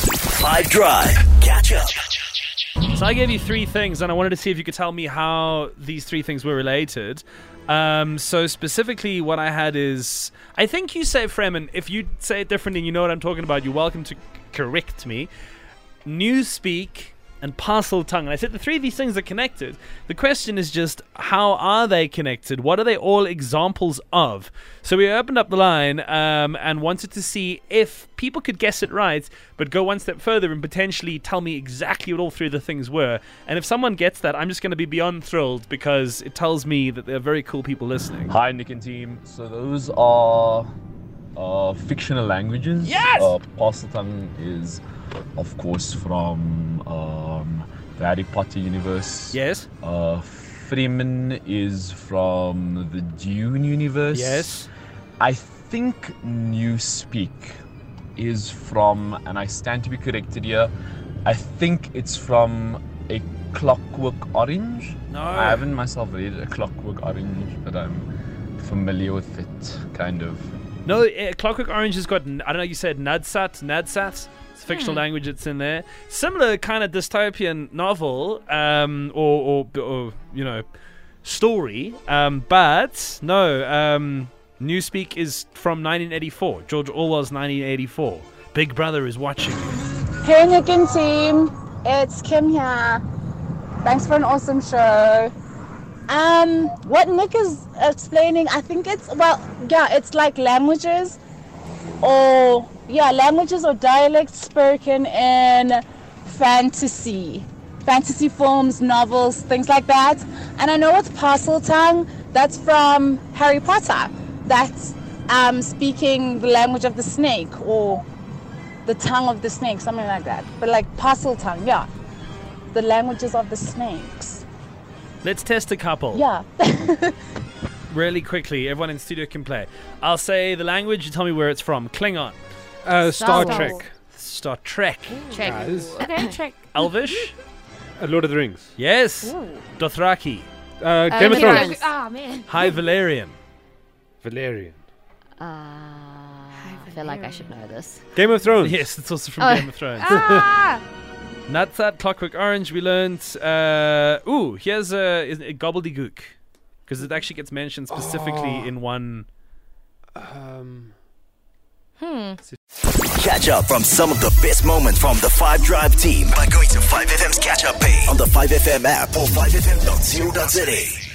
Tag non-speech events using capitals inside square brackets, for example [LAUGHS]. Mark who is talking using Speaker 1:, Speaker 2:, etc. Speaker 1: Five Drive. Catch up.
Speaker 2: So I gave you three things, and I wanted to see if you could tell me how these three things were related. Um, so specifically, what I had is, I think you say Fremen. If you say it differently, and you know what I'm talking about. You're welcome to c- correct me. Newspeak and parcel tongue. And I said the three of these things are connected. The question is just how are they connected? What are they all examples of? So we opened up the line um, and wanted to see if people could guess it right, but go one step further and potentially tell me exactly what all three of the things were. And if someone gets that, I'm just going to be beyond thrilled because it tells me that they're very cool people listening.
Speaker 3: Hi, Nick and team. So those are uh, fictional languages.
Speaker 2: Yes!
Speaker 3: Uh, Parseltongue is, of course, from um, the Harry Potter universe.
Speaker 2: Yes.
Speaker 3: Uh, Fremen is from the Dune universe.
Speaker 2: Yes.
Speaker 3: I think Newspeak is from, and I stand to be corrected here, I think it's from a Clockwork Orange.
Speaker 2: No.
Speaker 3: I haven't myself read a Clockwork Orange, but I'm familiar with it, kind of.
Speaker 2: No, uh, Clockwork Orange has got, n- I don't know, you said Nadsat, Nadsat? It's a fictional language that's in there. Similar kind of dystopian novel, um, or, or, or, you know, story, um, but no, um, Newspeak is from 1984, George Orwell's 1984. Big Brother is watching you.
Speaker 4: Hey, Nick and team. It's Kim here. Thanks for an awesome show. Um, what Nick is explaining, I think it's, well, yeah, it's like languages or, yeah, languages or dialects spoken in fantasy, fantasy films, novels, things like that. And I know with parcel tongue, that's from Harry Potter. That's um, speaking the language of the snake or the tongue of the snake, something like that. But like parcel tongue, yeah. The languages of the snakes.
Speaker 2: Let's test a couple.
Speaker 4: Yeah. [LAUGHS]
Speaker 2: Really quickly, everyone in studio can play. I'll say the language, you tell me where it's from. Klingon.
Speaker 5: Uh, Star,
Speaker 6: Star
Speaker 5: Trek,
Speaker 6: Wars.
Speaker 2: Star Trek.
Speaker 6: Check.
Speaker 5: Guys.
Speaker 6: Okay, check.
Speaker 2: Elvish?
Speaker 5: uh, Lord of the Rings,
Speaker 2: Yes.
Speaker 6: Ooh.
Speaker 2: Dothraki.
Speaker 5: uh, Game of
Speaker 6: Game of
Speaker 5: Thrones,
Speaker 6: Thrones. Ah, man.
Speaker 2: High Valerian.
Speaker 5: Valerian,
Speaker 6: Uh, I feel like I should know this.
Speaker 5: Game of Thrones.
Speaker 2: Yes, it's also from
Speaker 6: Oh.
Speaker 2: Game of Thrones. [LAUGHS]
Speaker 6: Ah!
Speaker 2: Not that Clockwork Orange. We learned. Uh, ooh, here's a, is a gobbledygook because it actually gets mentioned specifically in one.
Speaker 5: Um,
Speaker 1: Catch up from some of the best moments from the Five Drive team by going to 5FM's catch up page on the 5FM app or 5FM.co.za.